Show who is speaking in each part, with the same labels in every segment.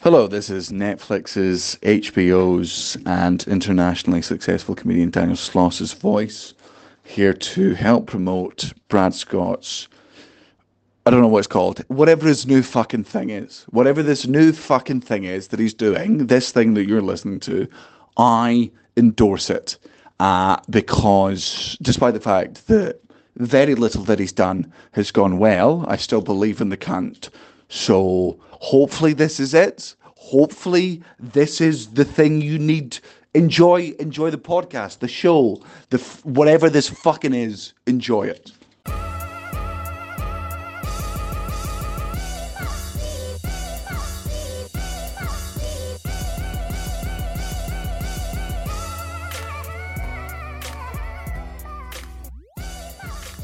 Speaker 1: Hello, this is Netflix's, HBO's, and internationally successful comedian Daniel Sloss's voice here to help promote Brad Scott's. I don't know what it's called. Whatever his new fucking thing is, whatever this new fucking thing is that he's doing, this thing that you're listening to, I endorse it uh, because despite the fact that very little that he's done has gone well, I still believe in the cunt. So hopefully this is it. Hopefully this is the thing you need. Enjoy, enjoy the podcast, the show, the f- whatever this fucking is. Enjoy it.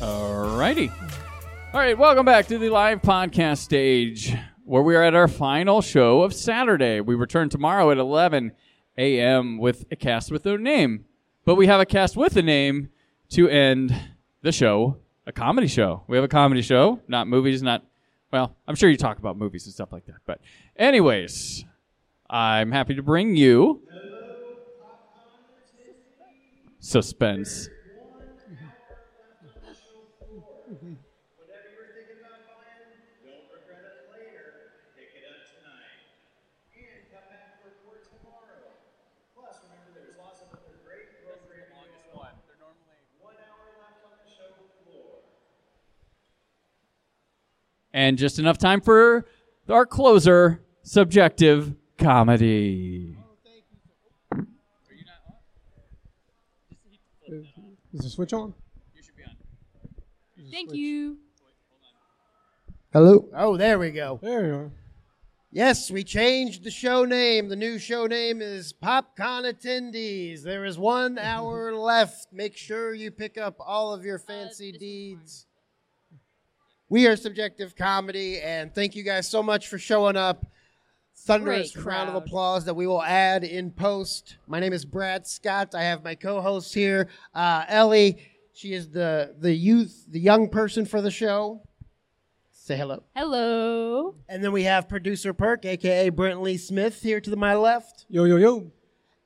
Speaker 2: Alrighty. All right, welcome back to the live podcast stage where we are at our final show of Saturday. We return tomorrow at 11 a.m. with a cast with no name. But we have a cast with a name to end the show, a comedy show. We have a comedy show, not movies, not, well, I'm sure you talk about movies and stuff like that. But, anyways, I'm happy to bring you suspense. and just enough time for our closer subjective comedy.
Speaker 3: Is the switch on?
Speaker 4: Thank you.
Speaker 5: Hello. Oh, there we go.
Speaker 3: There you are.
Speaker 5: Yes, we changed the show name. The new show name is PopCon Attendees. There is one hour left. Make sure you pick up all of your fancy
Speaker 4: Uh,
Speaker 5: deeds. We are Subjective Comedy, and thank you guys so much for showing up. Thunderous
Speaker 4: Great
Speaker 5: round of
Speaker 4: crowd.
Speaker 5: applause that we will add in post. My name is Brad Scott. I have my co-host here, uh, Ellie. She is the the youth, the young person for the show. Say hello.
Speaker 4: Hello.
Speaker 5: And then we have producer Perk, aka Brent Lee Smith, here to the, my left.
Speaker 3: Yo, yo, yo.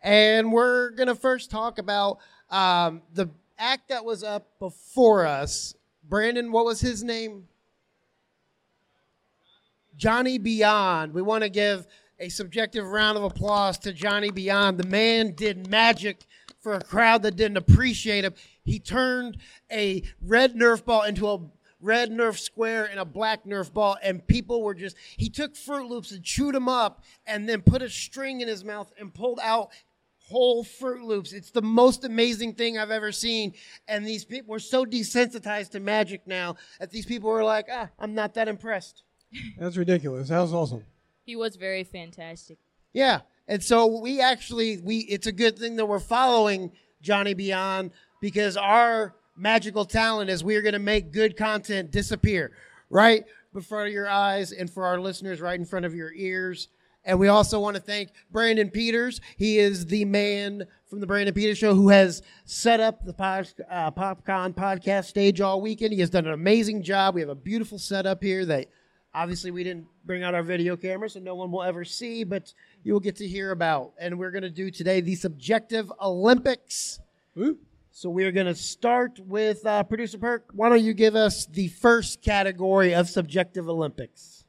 Speaker 5: And we're gonna first talk about um, the act that was up before us. Brandon, what was his name? Johnny Beyond. We want to give a subjective round of applause to Johnny Beyond. The man did magic for a crowd that didn't appreciate him. He turned a red Nerf ball into a red Nerf square and a black Nerf ball, and people were just. He took Fruit Loops and chewed them up, and then put a string in his mouth and pulled out whole Fruit Loops. It's the most amazing thing I've ever seen. And these people were so desensitized to magic now that these people were like, ah, I'm not that impressed.
Speaker 3: That's ridiculous. That was awesome.
Speaker 4: He was very fantastic.
Speaker 5: Yeah. And so we actually we it's a good thing that we're following Johnny Beyond because our magical talent is we're going to make good content disappear right before your eyes and for our listeners right in front of your ears. And we also want to thank Brandon Peters. He is the man from the Brandon Peters show who has set up the pod, uh, PopCon podcast stage all weekend. He has done an amazing job. We have a beautiful setup here that Obviously, we didn't bring out our video camera, so no one will ever see, but you will get to hear about. And we're going to do today the Subjective Olympics.
Speaker 3: Ooh.
Speaker 5: So we're going to start with uh, producer Perk. Why don't you give us the first category of Subjective Olympics?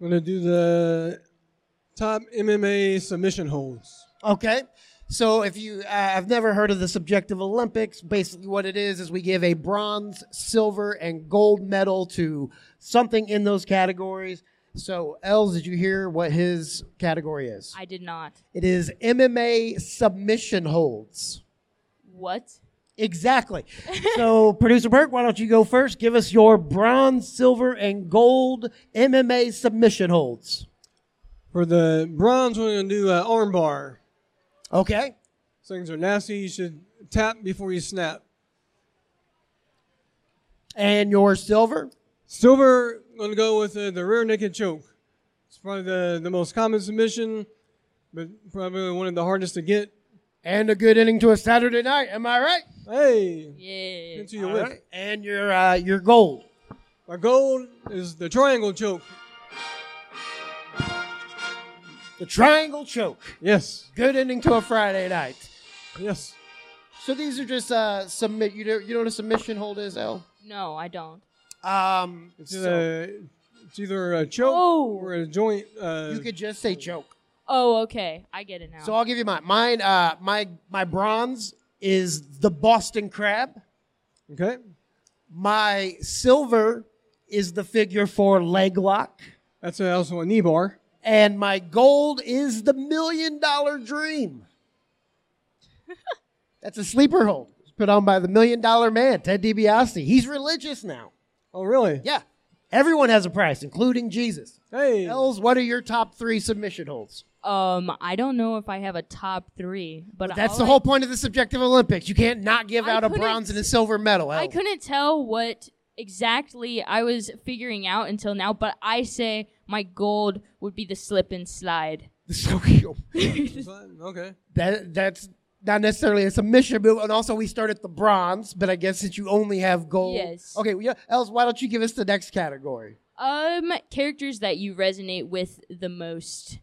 Speaker 3: I'm going to do the top MMA submission holds.
Speaker 5: Okay. So if you uh, have never heard of the Subjective Olympics, basically what it is is we give a bronze, silver, and gold medal to something in those categories. So, Els, did you hear what his category is?
Speaker 4: I did not.
Speaker 5: It is MMA submission holds.
Speaker 4: What?
Speaker 5: Exactly. so, producer Burke, why don't you go first? Give us your bronze, silver, and gold MMA submission holds.
Speaker 3: For the bronze, we're going to do uh, armbar.
Speaker 5: Okay.
Speaker 3: These Things are nasty. You should tap before you snap.
Speaker 5: And your silver.
Speaker 3: Silver, I'm going to go with uh, the rear naked choke. It's probably the, the most common submission, but probably one of the hardest to get.
Speaker 5: And a good ending to a Saturday night. Am I right?
Speaker 3: Hey,
Speaker 4: Yeah.
Speaker 3: into your
Speaker 5: All
Speaker 3: whip.
Speaker 5: right. And your uh, your gold.
Speaker 3: My gold is the triangle choke.
Speaker 5: the triangle choke.
Speaker 3: Yes.
Speaker 5: Good ending to a Friday night.
Speaker 3: Yes.
Speaker 5: So these are just uh, submit. You know, you know what a submission hold is, L.
Speaker 4: No, I don't.
Speaker 5: Um,
Speaker 3: It's,
Speaker 5: so
Speaker 3: uh, it's either a choke
Speaker 4: Oh.
Speaker 3: or a joint. Uh,
Speaker 5: you could just say choke.
Speaker 4: Oh, okay. I get it now.
Speaker 5: So I'll give you mine. Mine, uh, my my bronze is the Boston crab.
Speaker 3: okay.
Speaker 5: My silver is the figure four leg lock,
Speaker 3: That's uh, also a knee bar.
Speaker 5: and my gold is the million dollar dream. That's a sleeper hold. It's put on by the million dollar man, Ted DiBiase. He's religious now.
Speaker 3: Oh, really?
Speaker 5: Yeah, everyone has a price, including Jesus.
Speaker 3: Hey.
Speaker 5: Els, what are your top three submission holds?
Speaker 4: um, I don't know if I have a top three, but
Speaker 5: That's
Speaker 4: all
Speaker 5: the
Speaker 4: I-
Speaker 5: whole point of the subjective Olympics. You can't not give
Speaker 4: I
Speaker 5: out a
Speaker 4: couldn't-
Speaker 5: bronze and a silver medal.
Speaker 4: I
Speaker 5: Els.
Speaker 4: couldn't tell what exactly I was figuring out until now, but I say my gold would be the slip and slide.
Speaker 5: So cute.
Speaker 3: Okay.
Speaker 5: That that's not necessarily a submission move, and also we start at the bronze. But I guess since you only have gold,
Speaker 4: Yes.
Speaker 5: Okay, well, yeah. Els, why don't you give us the next category?
Speaker 4: Um, characters that you resonate with the most.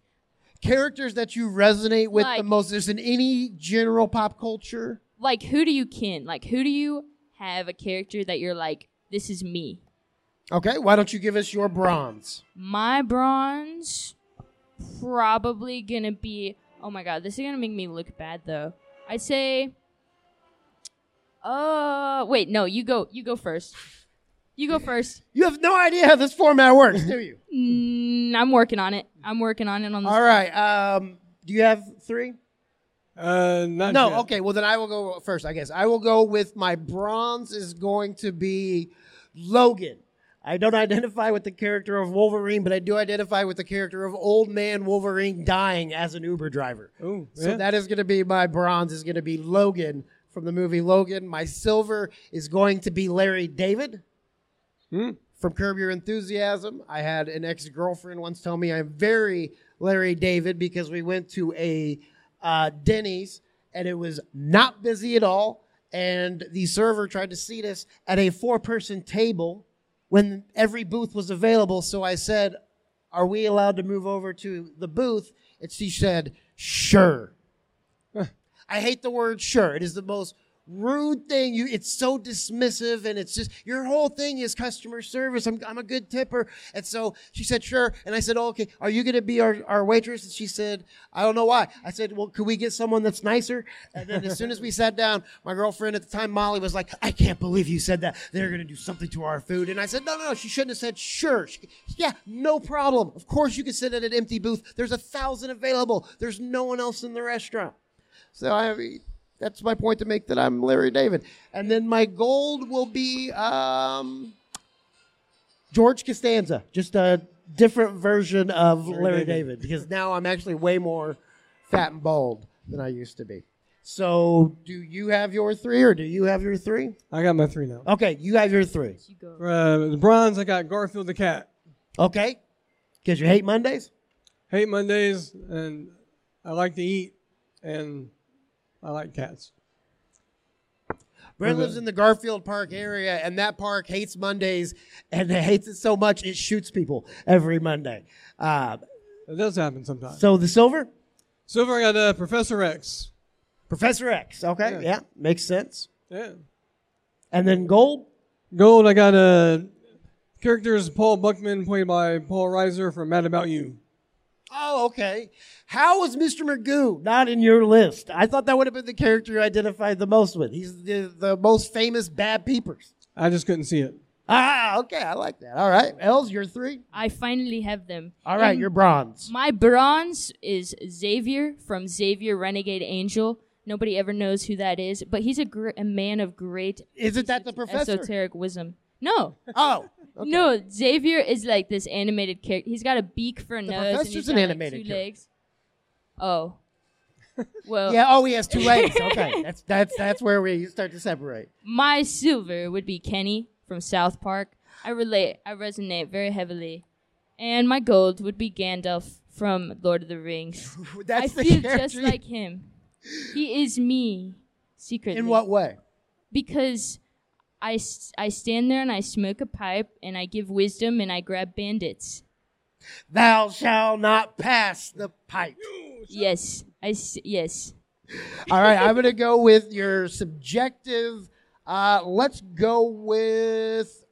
Speaker 5: Characters that you resonate with the
Speaker 4: Like-
Speaker 5: most. There's in any general pop culture.
Speaker 4: Like, who do you kin? Like, who do you have a character that you're like, this is me?
Speaker 5: Okay, why don't you give us your bronze?
Speaker 4: My bronze probably gonna be. Oh my god, this is gonna make me look bad though. I'd say. Uh, wait, no, you go. You go first. You go first.
Speaker 5: You have no idea how this format works, do you?
Speaker 4: Mm, I'm working on it. I'm working on it on the.
Speaker 5: All right. Um, do you have three?
Speaker 3: Uh, not
Speaker 5: No.
Speaker 3: yet.
Speaker 5: Okay. Well, then I will go first. I guess I will go with my bronze is going to be Logan. I don't identify with the character of Wolverine, but I do identify with the character of Old Man Wolverine dying as an Uber driver.
Speaker 3: Ooh,
Speaker 5: So
Speaker 3: yeah.
Speaker 5: that is going to be my bronze. Is going to be Logan from the movie Logan. My silver is going to be Larry David.
Speaker 3: Hmm.
Speaker 5: From Curb Your Enthusiasm, I had an ex girlfriend once tell me I'm very Larry David because we went to a uh, Denny's and it was not busy at all. And the server tried to seat us at a four person table when every booth was available. So I said, Are we allowed to move over to the booth? And she said, Sure. I hate the word sure. It is the most rude thing. You it's so dismissive and it's just your whole thing is customer service. I'm I'm a good tipper. And so she said, sure. And I said, oh, okay, are you gonna be our, our waitress? And she said, I don't know why. I said, Well, could we get someone that's nicer? And then as soon as we sat down, my girlfriend at the time, Molly, was like, I can't believe you said that. They're gonna do something to our food. And I said, No, no, no, she shouldn't have said sure. She- yeah, no problem. Of course you can sit at an empty booth. There's a thousand available. There's no one else in the restaurant. So I mean, that's my point to make that I'm Larry David. And then my gold will be um, George Costanza, just a different version of Larry, David. because now I'm actually way more fat and bald than I used to be. So do you have your three, or do you have your three?
Speaker 3: I got my three now.
Speaker 5: Okay, you have your three.
Speaker 4: You go.
Speaker 3: Uh, the bronze, I got Garfield the cat.
Speaker 5: Okay, because you hate Mondays.
Speaker 3: Hate Mondays, and I like to eat, and I like cats.
Speaker 5: Brent lives in the Garfield Park area, and that park hates Mondays, and it hates it so much it shoots people every Monday. Uh,
Speaker 3: That does happen sometimes.
Speaker 5: So the silver,
Speaker 3: Silver, I got uh, Professor X.
Speaker 5: Professor X. Okay, yeah.
Speaker 3: Yeah.
Speaker 5: makes sense.
Speaker 3: Yeah.
Speaker 5: And then gold.
Speaker 3: Gold, I got uh, characters Paul Buckman, played by Paul Reiser from Mad About You.
Speaker 5: Oh, okay. How was Mr. Magoo not in your list? I thought that would have been the character you identified the most with. He's the, the most famous bad peepers.
Speaker 3: I just couldn't see it.
Speaker 5: Ah, okay, I like that. All right, Els, you're three.
Speaker 4: I finally have them.
Speaker 5: All right,
Speaker 4: And
Speaker 5: you're bronze.
Speaker 4: Um, My bronze is Xavier from Xavier Renegade Angel. Nobody ever knows who that is, but he's a, gr- a man of great
Speaker 5: Isn't that the professor?
Speaker 4: esoteric wisdom. No,
Speaker 5: Oh, okay.
Speaker 4: no. Xavier is like this animated character. He's got a beak for a nose. and
Speaker 5: professor's
Speaker 4: he's
Speaker 5: an
Speaker 4: got, like,
Speaker 5: animated
Speaker 4: two
Speaker 5: character.
Speaker 4: legs. Oh. Well,
Speaker 5: Yeah. Oh, he has two legs. Okay, that's that's that's where we start to separate.
Speaker 4: my silver would be Kenny from South Park. I relate. I resonate very heavily. And my gold would be Gandalf from Lord of the Rings.
Speaker 5: That's
Speaker 4: I
Speaker 5: the
Speaker 4: feel
Speaker 5: character
Speaker 4: just
Speaker 5: you-
Speaker 4: like him. He is me secretly.
Speaker 5: In what way?
Speaker 4: Because I, s- I stand there and I smoke a pipe and I give wisdom and I grab bandits.
Speaker 5: Thou shalt not pass the pipe.
Speaker 4: Yes. I s- yes.
Speaker 5: All right, I'm gonna go with your subjective. Uh, let's go with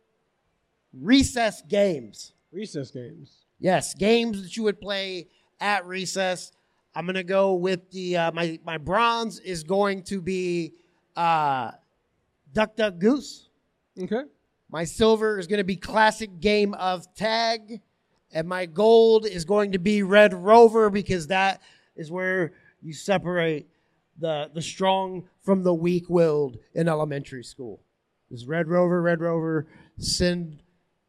Speaker 5: recess games.
Speaker 3: Recess games.
Speaker 5: Yes, games that you would play at recess. I'm gonna go with the uh, my my bronze is going to be uh, Duck Duck Goose.
Speaker 3: Okay.
Speaker 5: My silver is gonna be classic game of tag, and my gold is going to be Red Rover because that is where you separate the the strong from the weak-willed in elementary school. Is Red Rover, Red Rover, send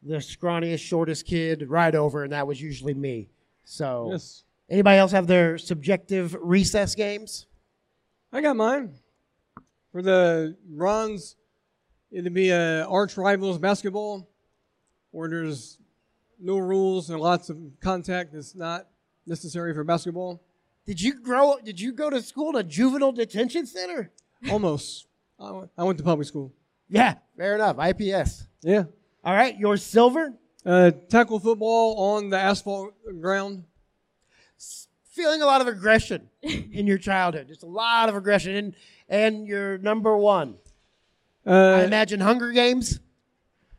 Speaker 5: the scrawniest, shortest kid right over, and that was usually me. So,
Speaker 3: Yes.
Speaker 5: anybody else have their subjective recess games?
Speaker 3: I got mine. For the bronze, it'd be uh, arch rivals basketball, where there's no rules and lots of contact that's not necessary for basketball.
Speaker 5: Did you grow up? Did you go to school in a juvenile detention center?
Speaker 3: Almost. I went- I went to public school.
Speaker 5: Yeah, fair enough. IPS.
Speaker 3: Yeah.
Speaker 5: All right, your silver.
Speaker 3: Uh, tackle football on the asphalt ground.
Speaker 5: Feeling a lot of aggression in your childhood. Just a lot of aggression, and and your number one. I
Speaker 3: Uh,
Speaker 5: imagine Hunger Games.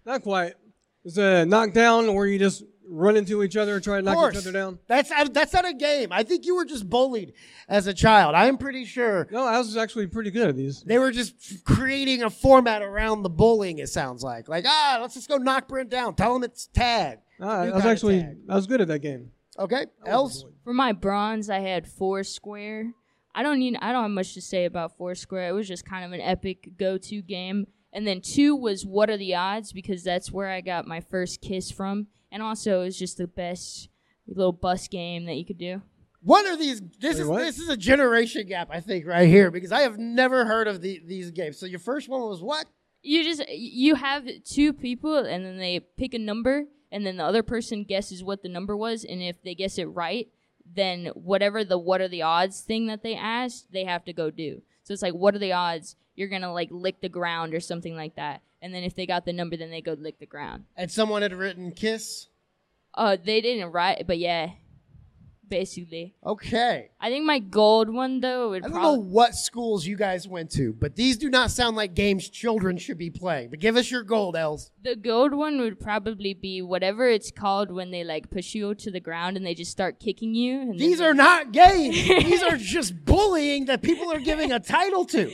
Speaker 3: not quite. It's a knockdown where you just run into each other and try to
Speaker 5: Of
Speaker 3: knock
Speaker 5: course.
Speaker 3: each other down.
Speaker 5: That's I- that's not a game. I think you were just bullied as a child. I am pretty sure
Speaker 3: No, I was actually pretty good at these.
Speaker 5: They were just f- creating a format around the bullying. It sounds like, like ah, let's just go knock Brent down. Tell him it's tag.
Speaker 3: I, I
Speaker 5: New
Speaker 3: Ah, was
Speaker 5: kinda
Speaker 3: actually
Speaker 5: tag.
Speaker 3: I was good at that game.
Speaker 5: okay. Else,
Speaker 4: For my bronze, I had Foursquare. I don't need. I don't have much to say about Foursquare. It was just kind of an epic go-to game. And then two was What Are the Odds? Because that's where I got my first kiss from. And also, it was just the best little bus game that you could do.
Speaker 5: what are these? This
Speaker 3: Wait,
Speaker 5: is
Speaker 3: what?
Speaker 5: this is a generation gap, I think, right here because I have never heard of the, these games. So your first one was what?
Speaker 4: You just you have two people, and then they pick a number, and then the other person guesses what the number was. And if they guess it right, then whatever the what are the odds thing that they asked, they have to go do. So it's like, what are the odds you're gonna like lick the ground or something like that? And then if they got the number, then they go lick the ground.
Speaker 5: And someone had written kiss.
Speaker 4: Uh, they didn't write, but yeah, basically.
Speaker 5: Okay.
Speaker 4: I think my gold one though would
Speaker 5: I don't know
Speaker 4: probably
Speaker 5: what schools you guys went to, but these do not sound like games children should be playing. But give us your gold, Els.
Speaker 4: the gold one would probably be whatever it's called when they like push you to the ground and they just start kicking you. And then
Speaker 5: These
Speaker 4: they-
Speaker 5: are not games. these are just bullying that people are giving a title to.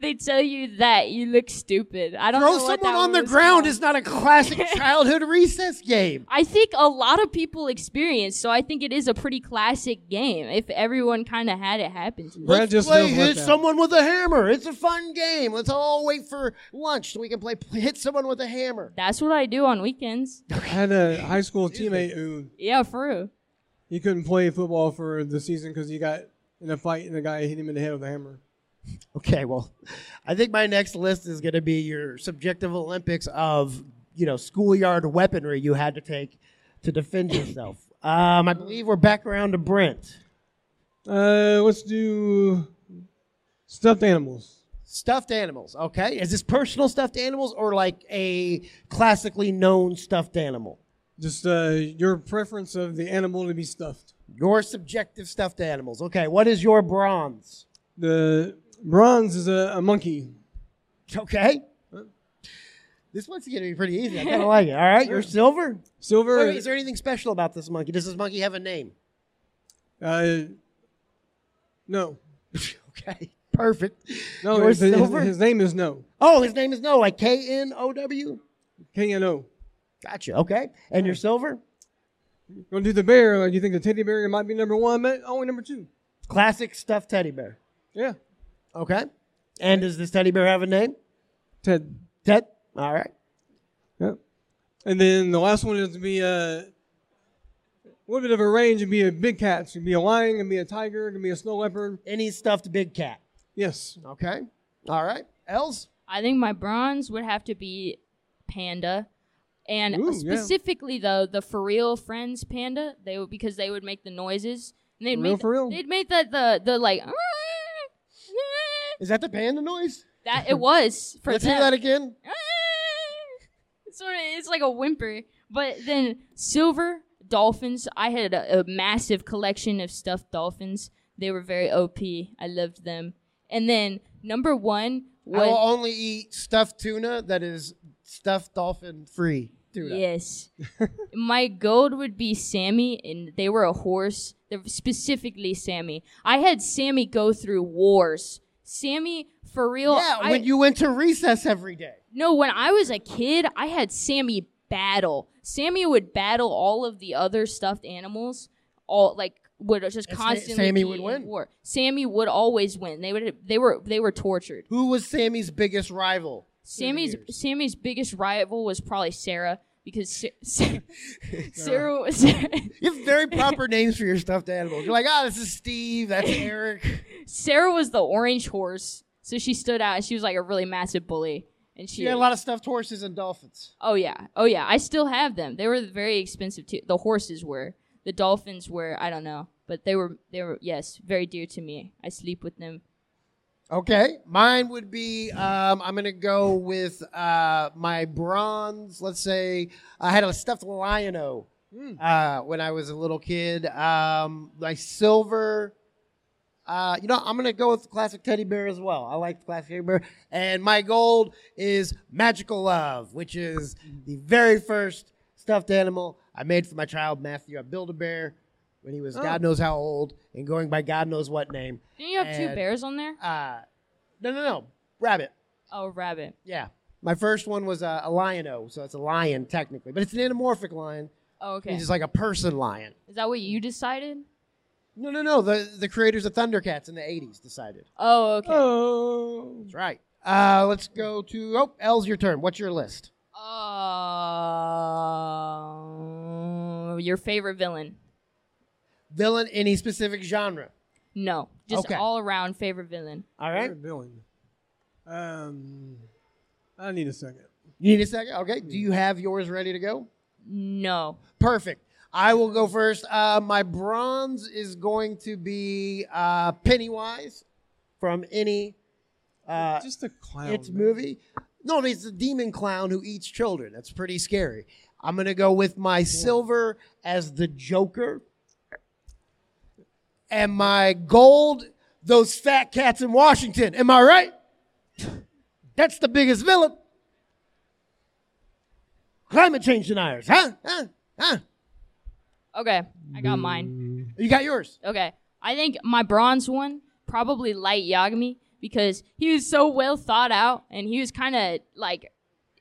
Speaker 4: they tell you that you look stupid. I don't
Speaker 5: Throw
Speaker 4: know what
Speaker 5: someone
Speaker 4: that
Speaker 5: on the
Speaker 4: was
Speaker 5: ground
Speaker 4: called.
Speaker 5: is not a classic childhood recess game.
Speaker 4: I think a lot of people experience, so I think it is a pretty classic game. If everyone kind of had it happen to them.
Speaker 3: Brad just
Speaker 5: Play
Speaker 3: knows what
Speaker 5: hit
Speaker 3: that-
Speaker 5: someone with a hammer. It's a fun game. Let's all wait for lunch so we can play hit someone with a hammer.
Speaker 4: That's what I do on weekends.
Speaker 3: I had a high school teammate who
Speaker 4: Yeah, for real.
Speaker 3: he couldn't play football for the season because he got in a fight and the guy hit him in the head with a hammer.
Speaker 5: Okay, well, I think my next list is going to be your subjective Olympics of you know schoolyard weaponry you had to take to defend yourself. um, I believe we're back around to Brent.
Speaker 3: Uh, let's do stuffed animals.
Speaker 5: Stuffed animals. Okay, is this personal stuffed animals or like a classically known stuffed animal?
Speaker 3: Just uh, your preference of the animal to be stuffed.
Speaker 5: Your subjective stuffed animals. Okay, what is your bronze?
Speaker 3: The bronze is a, a monkey.
Speaker 5: Okay. This one's gonna be pretty easy. I kind of like it. All right, your silver.
Speaker 3: Silver.
Speaker 5: Wait, is there anything special about this monkey? Does this monkey have a name?
Speaker 3: uh, no,
Speaker 5: okay, perfect.
Speaker 3: no.
Speaker 5: Your
Speaker 3: his- his-
Speaker 5: silver?
Speaker 3: his name is no.
Speaker 5: oh, his name is no, like K N O W.
Speaker 3: K and O.
Speaker 5: Gotcha. Okay, and your silver.
Speaker 3: Gonna do the bear. Like you think the teddy bear might be number one, but only number two.
Speaker 5: Classic stuffed teddy bear.
Speaker 3: Yeah,
Speaker 5: Okay, and does this teddy bear have a name?
Speaker 3: Ted.
Speaker 5: Ted. All right.
Speaker 3: Yeah. And then the last one is to be a, little bit of a range. It'd be a big cat. It could be a lion. It could be a tiger. It could be a snow leopard.
Speaker 5: Any stuffed big cat.
Speaker 3: Yes.
Speaker 5: Okay. All right. Els.
Speaker 4: I think my bronze would have to be panda. And
Speaker 3: Ooh, yeah.
Speaker 4: specifically though, the for real friends panda, they would because they would make the noises. And they'd
Speaker 3: For
Speaker 4: make
Speaker 3: real, for real?
Speaker 4: they'd make that the the like
Speaker 5: Is that the panda noise?
Speaker 4: that it was for
Speaker 5: Let's
Speaker 4: them.
Speaker 5: hear that again.
Speaker 4: It's sort of it's like a whimper. But then silver, dolphins. I had a, a massive collection of stuffed dolphins. They were very OP. I loved them. And then number one
Speaker 5: I will
Speaker 4: was
Speaker 5: only eat stuffed tuna that is stuffed dolphin free tuna.
Speaker 4: yes, my gold would be Sammy, and they were a horse. They're specifically Sammy. I had Sammy go through wars. Sammy, for real.
Speaker 5: Yeah,
Speaker 4: I-
Speaker 5: when you went to recess every day.
Speaker 4: No, when I was a kid, I had Sammy battle. Sammy would battle all of the other stuffed animals. All like would just
Speaker 5: And Sa-
Speaker 4: constantly.
Speaker 5: Sammy
Speaker 4: be
Speaker 5: would
Speaker 4: in
Speaker 5: win.
Speaker 4: War. Sammy would always win. They would. They were. They were tortured.
Speaker 5: Who was Sammy's biggest rival? through the
Speaker 4: Sammy's
Speaker 5: years?
Speaker 4: Sammy's biggest rival was probably Sarah because Sa- Sa- Sarah. was- Sarah
Speaker 5: You have very proper names for your stuffed animals. You're like, ah, this is Steve, that's Eric.
Speaker 4: Sarah was the orange horse, so she stood out. and She was like a really massive bully, and she
Speaker 5: You had a lot of stuffed horses and dolphins.
Speaker 4: Oh yeah, oh yeah. I still have them. They were very expensive too. The horses were. The dolphins were. I don't know, but they were. They were yes, very dear to me. I sleep with them.
Speaker 5: Okay, mine would be um, I'm gonna go with uh, my bronze. Let's say I had a stuffed lion-o uh, when I was a little kid. Um, my silver. Uh, you know, I'm gonna go with the classic teddy bear as well. I like the classic teddy bear, and my gold is magical love, which is the very first stuffed animal I made for my child Matthew. I built a bear when he was God knows how old, and going by God knows what name.
Speaker 4: Didn't you have two
Speaker 5: And-
Speaker 4: bears on there?
Speaker 5: Uh, no, no, no. Rabbit.
Speaker 4: Oh, rabbit.
Speaker 5: Yeah. My first one was a, a lion-o, so it's a lion technically, but it's an anamorphic lion.
Speaker 4: Oh, okay.
Speaker 5: It's just like a person lion.
Speaker 4: Is that what you decided?
Speaker 5: No, no, no. The the creators of Thundercats in the '80s decided.
Speaker 4: Oh, okay.
Speaker 3: Oh,
Speaker 5: That's right. Uh, let's go to. Oh, Elle's your turn. What's your list?
Speaker 4: Uh, your favorite villain?
Speaker 5: Villain, any specific genre?
Speaker 4: No, just
Speaker 5: Okay.
Speaker 4: all around favorite villain.
Speaker 5: All right.
Speaker 3: favorite villain. Um, I need a second.
Speaker 5: You need a second. Okay. Do you have yours ready to go?
Speaker 4: No.
Speaker 5: Perfect. I will go first. Uh, my bronze is going to be uh, Pennywise from any uh,
Speaker 3: Just a clown.
Speaker 5: It's
Speaker 3: man.
Speaker 5: movie. No, it's a demon clown who eats children. That's pretty scary. I'm gonna go with my silver as the Joker, and my gold those fat cats in Washington. Am I right? That's the biggest villain. Climate change deniers, huh? Huh? Huh?
Speaker 4: Okay, I got mine.
Speaker 5: You got yours.
Speaker 4: Okay. I think my bronze one, probably Light Yagami, because he was so well thought out and he was kind of like,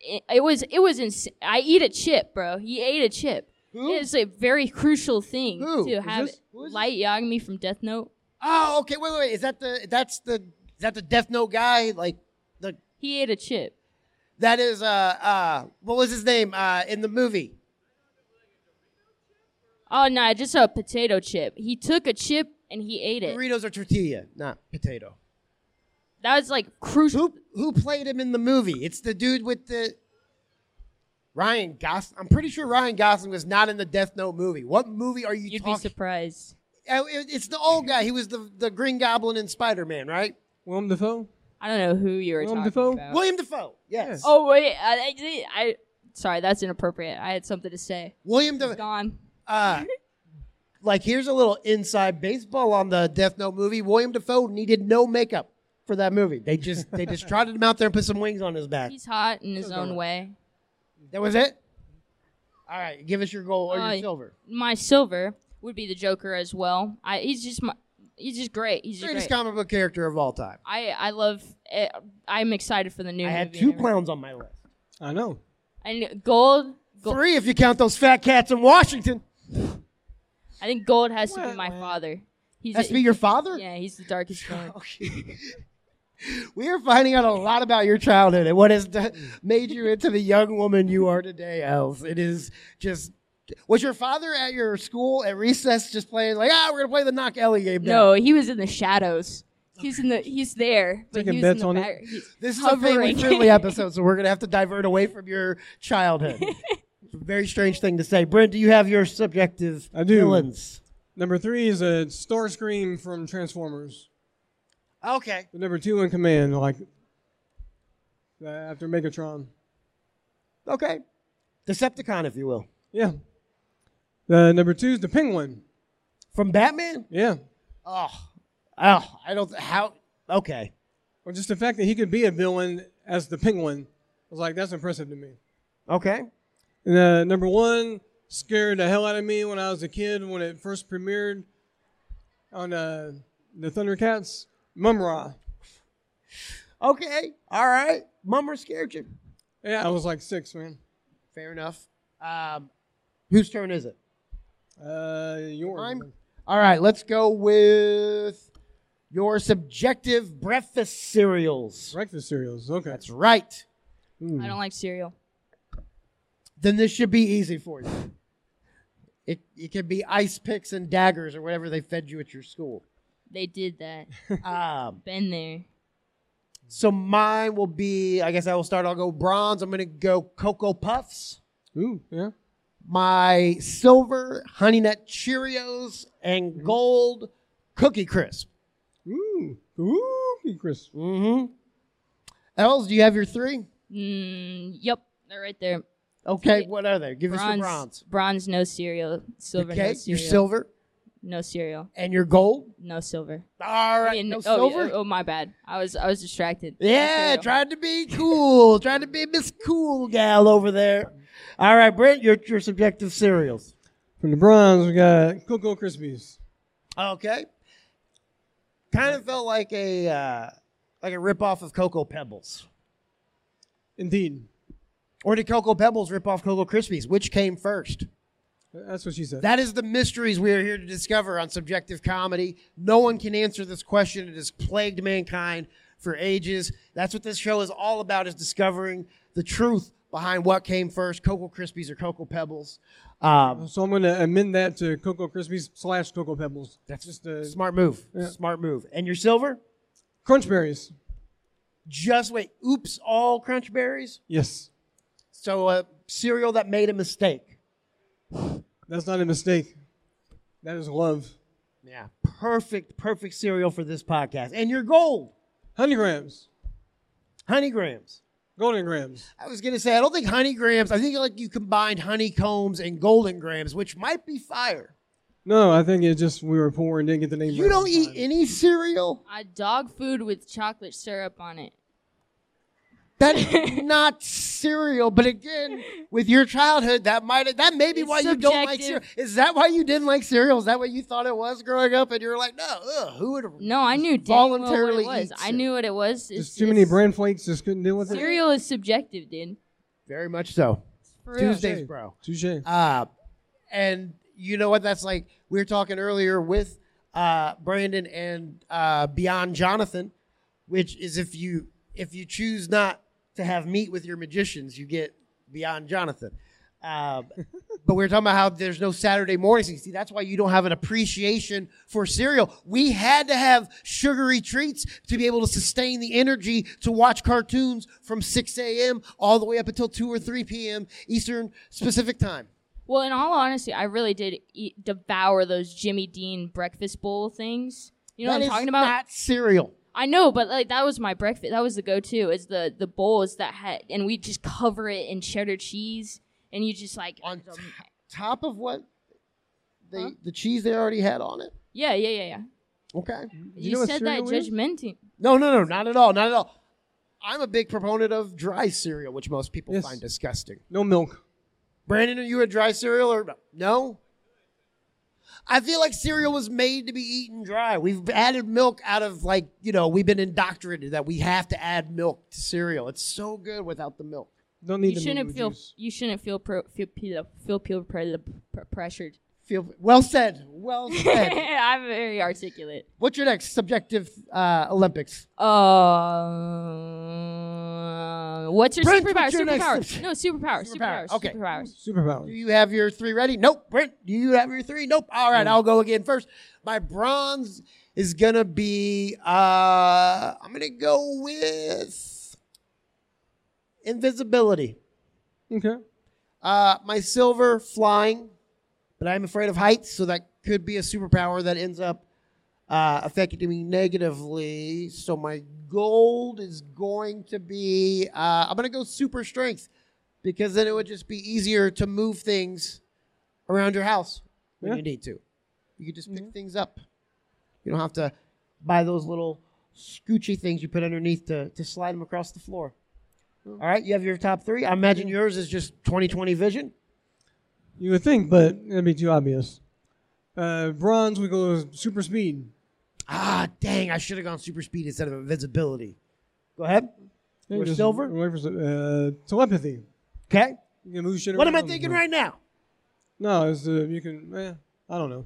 Speaker 4: it, it was, it was, ins- I eat a chip, bro. He ate a chip.
Speaker 5: Who?
Speaker 4: It's a very crucial thing
Speaker 5: Who?
Speaker 4: to
Speaker 5: Is
Speaker 4: have
Speaker 5: this- who is
Speaker 4: Light Yagami from Death Note.
Speaker 5: Oh, okay. Wait, wait, wait. Is that the that's the is that the Death Note guy? Like the
Speaker 4: He ate a chip.
Speaker 5: That is uh uh what was his name uh in the movie?
Speaker 4: Oh, no, just a potato chip. He took a chip and he ate it.
Speaker 5: Doritos or tortilla, not potato.
Speaker 4: That was like crucial.
Speaker 5: Who who played him in the movie? It's the dude with the Ryan Gosling. I'm pretty sure Ryan Gosling was not in the Death Note movie. What movie are you
Speaker 4: You'd be
Speaker 5: talking?
Speaker 4: surprised.
Speaker 5: Uh, it- it's the old guy. He was the the Green Goblin in Spider Man, right?
Speaker 3: Willem Dafoe.
Speaker 4: I don't know who you were
Speaker 3: Willem
Speaker 4: talking
Speaker 3: Dafoe?
Speaker 4: about.
Speaker 5: William Defoe. Yes.
Speaker 3: Yes.
Speaker 4: Oh, wait. I, I, I, sorry, that's inappropriate. I had something to say.
Speaker 5: William
Speaker 4: It's
Speaker 5: Defoe.
Speaker 4: gone.
Speaker 5: Uh, like here's a little inside baseball on the Death Note movie. William Defoe needed no makeup for that movie. They just they just trotted him out there and put some wings on his back.
Speaker 4: He's hot in his own way.
Speaker 5: That was it. All right, give us your gold or
Speaker 4: Uh,
Speaker 5: your silver.
Speaker 4: My silver would be the Joker as well. I he's just my he's just great. He's just
Speaker 5: Greatest
Speaker 4: great.
Speaker 5: comic book character of all time.
Speaker 4: I I love. eh, I'm excited for the new.
Speaker 5: I had
Speaker 4: movie
Speaker 5: two
Speaker 4: and everything.
Speaker 5: clowns on my list.
Speaker 3: I know.
Speaker 4: And gold. gold
Speaker 5: Three, if you count those fat cats in Washington.
Speaker 4: I think gold has to be my
Speaker 3: Well,
Speaker 4: father. He's
Speaker 5: That's
Speaker 4: a-
Speaker 5: be Oh, your father.
Speaker 4: Yeah, he's the darkest villain.
Speaker 5: Okay. we are finding out a lot about your childhood and what has d- made you into the young woman you are today, Els. It is just. Was your father at your school at recess just playing like ah we're gonna play the knock Ellie game? now?
Speaker 4: No, he was in the shadows. He's in the he's there, but
Speaker 3: Taking
Speaker 4: he was in
Speaker 3: bets
Speaker 4: the
Speaker 3: on it.
Speaker 4: back. He's
Speaker 5: This is a family
Speaker 4: hovering.
Speaker 5: friendly episode, so we're gonna have to divert away from your childhood. It's a very strange thing to say. Brent, do you have your subjective
Speaker 3: I do.
Speaker 5: villains?
Speaker 3: Number three is a Starscream from Transformers.
Speaker 5: Okay.
Speaker 3: The number two in command, like uh, after Megatron.
Speaker 5: Okay. Decepticon, if you will.
Speaker 3: Yeah. The number two is the penguin.
Speaker 5: from Batman.
Speaker 3: Yeah.
Speaker 5: Oh, oh, I don't how. Okay,
Speaker 3: Or just the fact that he could be a villain as the penguin was like, that's impressive to me.
Speaker 5: okay.
Speaker 3: And, uh, number one scared the hell out of me when I was a kid when it first premiered on uh, the Thundercats. Mumra.
Speaker 5: Okay. All right. Mummer scared you.
Speaker 3: Yeah, I was like six, man.
Speaker 5: Fair enough. Um, whose turn is it?
Speaker 3: Uh, yours.
Speaker 5: Mine? All right. Let's go with your subjective breakfast cereals.
Speaker 3: Breakfast cereals. Okay. Mm.
Speaker 5: That's right.
Speaker 4: I don't like cereal.
Speaker 5: Then this should be easy for you. It, it could be ice picks and daggers or whatever they fed you at your school.
Speaker 4: They did that.
Speaker 5: Um,
Speaker 4: Been there.
Speaker 5: so mine will be, I guess I will start. I'll go bronze. I'm going to go Cocoa Puffs.
Speaker 3: Ooh, yeah.
Speaker 5: my silver honey nut Cheerios and
Speaker 4: Mm-hmm.
Speaker 5: gold cookie crisp. Mm.
Speaker 3: Ooh. Ooh, Chris.
Speaker 5: Mm-hmm. Els, do you have your three?
Speaker 4: Mm, yep, they're right there.
Speaker 5: Okay, what are they? Give us your
Speaker 4: Bronze,
Speaker 5: bronze.
Speaker 4: bronze, no cereal. Silver,
Speaker 5: okay,
Speaker 4: no
Speaker 5: your
Speaker 4: cereal.
Speaker 5: silver
Speaker 4: no cereal.
Speaker 5: and your gold.
Speaker 4: No silver.
Speaker 5: All
Speaker 4: I
Speaker 5: right,
Speaker 4: mean,
Speaker 5: no
Speaker 4: oh,
Speaker 5: silver.
Speaker 4: yeah, oh, my bad. I was I was distracted. No
Speaker 5: yeah,
Speaker 4: cereal.
Speaker 5: tried to be cool, tried to be Miss Cool Gal over there. All right, Brent, your your subjective cereals.
Speaker 3: From the bronze, we got Cocoa Krispies.
Speaker 5: Okay, kind of felt like a uh, like a ripoff of Cocoa Pebbles.
Speaker 3: Indeed.
Speaker 5: Or did Cocoa Pebbles rip off Cocoa Krispies? Which came first?
Speaker 3: That's what she said.
Speaker 5: That is the mysteries we are here to discover on subjective comedy. No one can answer this question. It has plagued mankind for ages. That's what this show is all about: is discovering the truth behind what came first, Cocoa Krispies or Cocoa Pebbles. Um,
Speaker 3: so I'm going to amend that to Cocoa Krispies slash Cocoa Pebbles. That's just uh,
Speaker 5: smart move. Smart move. And your silver?
Speaker 3: Crunch Berries.
Speaker 5: Just wait. Oops! All crunch berries.
Speaker 3: Yes.
Speaker 5: So a cereal that made a mistake.
Speaker 3: That's not a mistake. That is love.
Speaker 5: Yeah. Perfect. Perfect cereal for this podcast. And your gold,
Speaker 3: Honey grams.
Speaker 5: Honey Grams.
Speaker 3: Golden grams.
Speaker 5: I was gonna say I don't think honey grams. I think like you combined honeycombs and golden grams, which might be fire.
Speaker 3: No, I think it just we were poor and didn't get the name.
Speaker 5: You
Speaker 3: right
Speaker 5: don't
Speaker 3: on
Speaker 5: eat
Speaker 3: time.
Speaker 5: any cereal.
Speaker 4: I dog food with chocolate syrup on it.
Speaker 5: That is not cereal. But again, with your childhood, that might that may be
Speaker 4: It's
Speaker 5: why you don't like cereal.
Speaker 4: subjective.
Speaker 5: Is that why you didn't like cereal? Is that what you thought it was growing up? And you were like, no, ugh, who would?
Speaker 4: No, I knew dang well
Speaker 5: voluntarily
Speaker 4: what it was.
Speaker 5: eats
Speaker 4: I
Speaker 5: it.
Speaker 4: knew what it was. It's,
Speaker 3: Just too many
Speaker 4: it's-
Speaker 3: bran flakes. Just couldn't deal with it.
Speaker 4: Cereal is subjective, dude.
Speaker 5: Very much so.
Speaker 4: For real.
Speaker 5: Tuesdays, bro.
Speaker 3: Touche.
Speaker 5: Uh, and you know what? That's like we were talking earlier with uh, Brandon and uh, Beyond Jonathan, which is if you if you choose not to have meat with your magicians, you get Beyond Jonathan. Um, but we were talking about how there's no Saturday mornings. You see, that's why you don't have an appreciation for cereal. We had to have sugary treats to be able to sustain the energy to watch cartoons from 6 a.m. all the way up until 2 or 3 p.m. Eastern Specific Time.
Speaker 4: Well, in all honesty, I really did eat, devour those Jimmy Dean breakfast bowl things. You know
Speaker 5: That
Speaker 4: what
Speaker 5: is
Speaker 4: I'm talking about?
Speaker 5: Not cereal.
Speaker 4: I know, but like that was my breakfast. That was the go-to. Is the the bowls that had, and we just cover it in cheddar cheese, and you just like,
Speaker 5: On t- top of what they,
Speaker 4: Huh?
Speaker 5: the cheese they already had on it.
Speaker 4: yeah, yeah, yeah, yeah.
Speaker 5: Okay.
Speaker 4: You,
Speaker 3: know what
Speaker 4: said that
Speaker 3: cereal is?
Speaker 4: judgmenting.
Speaker 5: No, no, no, not at all, not at all. I'm a big proponent of dry cereal, which most people
Speaker 3: Yes.
Speaker 5: find disgusting.
Speaker 3: No milk.
Speaker 5: Brandon, are you a dry cereal or no? I feel like cereal was made to be eaten dry. We've added milk out of like, you know, we've been indoctrinated that we have to add milk to cereal. It's so good without the milk.
Speaker 3: Don't need
Speaker 4: You
Speaker 3: the
Speaker 4: shouldn't
Speaker 3: mango
Speaker 4: feel.
Speaker 3: juice.
Speaker 4: You shouldn't feel pro, feel feel, feel, feel pre, pre, pressured.
Speaker 5: Feel well said. Well said.
Speaker 4: I'm very articulate.
Speaker 5: What's your next subjective uh, Olympics?
Speaker 4: Uh, what's your
Speaker 5: Brent,
Speaker 4: superpower?
Speaker 5: what's your next
Speaker 4: Superpower?
Speaker 5: step?
Speaker 4: No, superpower.
Speaker 5: Superpower,
Speaker 4: Superpower.
Speaker 5: okay.
Speaker 4: Superpowers.
Speaker 5: Do
Speaker 3: Superpower.
Speaker 5: you have your three ready? Nope. Brent, do you have your three? Nope. All right, I'll go again first. My bronze is gonna be uh I'm gonna go with invisibility.
Speaker 3: Okay.
Speaker 5: Uh my silver flying, but I'm afraid of heights, so that could be a superpower that ends up uh, affecting me negatively. So my gold is going to be uh, I'm gonna go super strength because then it would just be easier to move things around your house when
Speaker 3: Yeah.
Speaker 5: you need to. You can just pick things up. You don't have to buy those little scoochy things you put underneath to, to slide them across the floor. All right, you have your top three. I imagine yours is just 2020 vision.
Speaker 3: You would think, but it'd be too obvious. Uh, bronze, we go with super speed.
Speaker 5: Ah, dang, I should have gone super speed instead of invisibility. Go ahead.
Speaker 3: Yeah,
Speaker 5: Or
Speaker 3: just-
Speaker 5: silver?
Speaker 3: Wait for, a- uh, telepathy.
Speaker 5: Okay.
Speaker 3: You can move shit
Speaker 5: What am I
Speaker 3: around.
Speaker 5: thinking right now?
Speaker 3: No, it's, uh, you can. Eh, I don't know.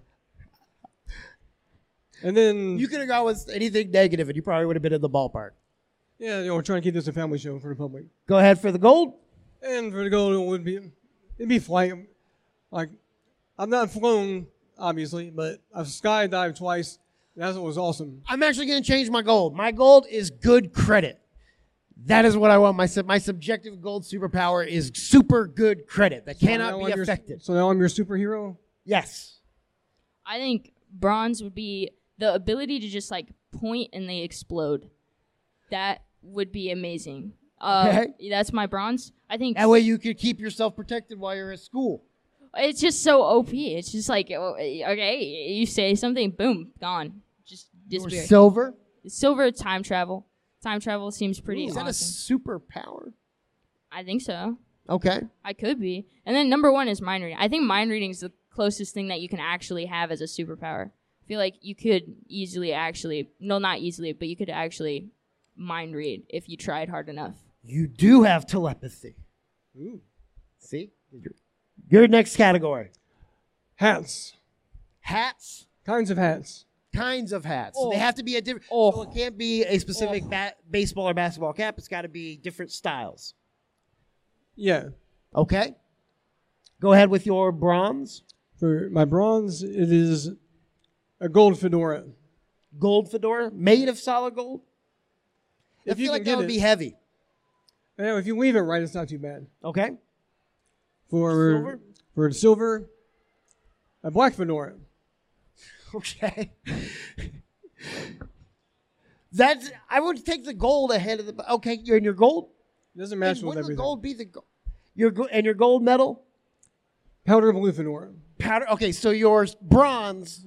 Speaker 3: And then
Speaker 5: You could have gone with anything negative and you probably would have been in the ballpark.
Speaker 3: yeah, you know, we're trying to keep this a family show for the public.
Speaker 5: Go ahead for the gold.
Speaker 3: And for the gold, it would be it'd be flight. Like I've not flown, obviously, but I've skydived twice. And that's what was awesome.
Speaker 5: I'm actually going to change my gold. My gold is good credit. That is what I want. My sub- my subjective gold superpower is super good credit that
Speaker 3: Now
Speaker 5: cannot
Speaker 3: I'm
Speaker 5: be
Speaker 3: your-
Speaker 5: affected.
Speaker 3: so now I'm your superhero.
Speaker 5: Yes.
Speaker 4: I think bronze would be the ability to just like point and they explode. That would be amazing. Uh, That's my bronze. I think
Speaker 5: That way you could keep yourself protected while you're at school.
Speaker 4: it's just so OP. It's just like oh, okay, you say something, boom, gone, just
Speaker 5: Or
Speaker 4: disappear.
Speaker 5: silver.
Speaker 4: Silver time travel. Time travel seems pretty
Speaker 5: Is that a
Speaker 4: awesome.
Speaker 5: superpower?
Speaker 4: I think so.
Speaker 5: Okay.
Speaker 4: I could be. And then number one is mind reading. I think mind reading is the closest thing that you can actually have as a superpower. I feel like you could easily actually, no, not easily, but you could actually mind read if you tried hard enough.
Speaker 5: You do have telepathy.
Speaker 3: Ooh.
Speaker 5: See? Your next category.
Speaker 3: Hats,
Speaker 5: Hats.
Speaker 3: kinds of hats.
Speaker 5: Kinds of hats. So
Speaker 4: Oh.
Speaker 5: they have to be a different.
Speaker 4: Oh.
Speaker 5: So it can't be a specific ba- baseball or basketball cap. It's got to be different styles.
Speaker 3: Yeah.
Speaker 5: Okay. Go ahead with your bronze.
Speaker 3: For my bronze, it is a gold fedora.
Speaker 5: Gold fedora made of solid gold. I
Speaker 3: If
Speaker 5: feel
Speaker 3: you
Speaker 5: like
Speaker 3: can
Speaker 5: that
Speaker 3: get
Speaker 5: would
Speaker 3: it,
Speaker 5: be heavy.
Speaker 3: yeah, if you weave it right, it's not too bad.
Speaker 5: Okay.
Speaker 3: For
Speaker 5: Silver?
Speaker 3: for silver, a black fedora.
Speaker 5: Okay. That's I would take the gold ahead of the okay, you're in your gold.
Speaker 3: Doesn't
Speaker 5: Then
Speaker 3: match with
Speaker 5: Wouldn't the
Speaker 3: everything.
Speaker 5: gold be the gold? Your go- and your gold medal
Speaker 3: Powder blue fedora.
Speaker 5: powder. Okay, so yours bronze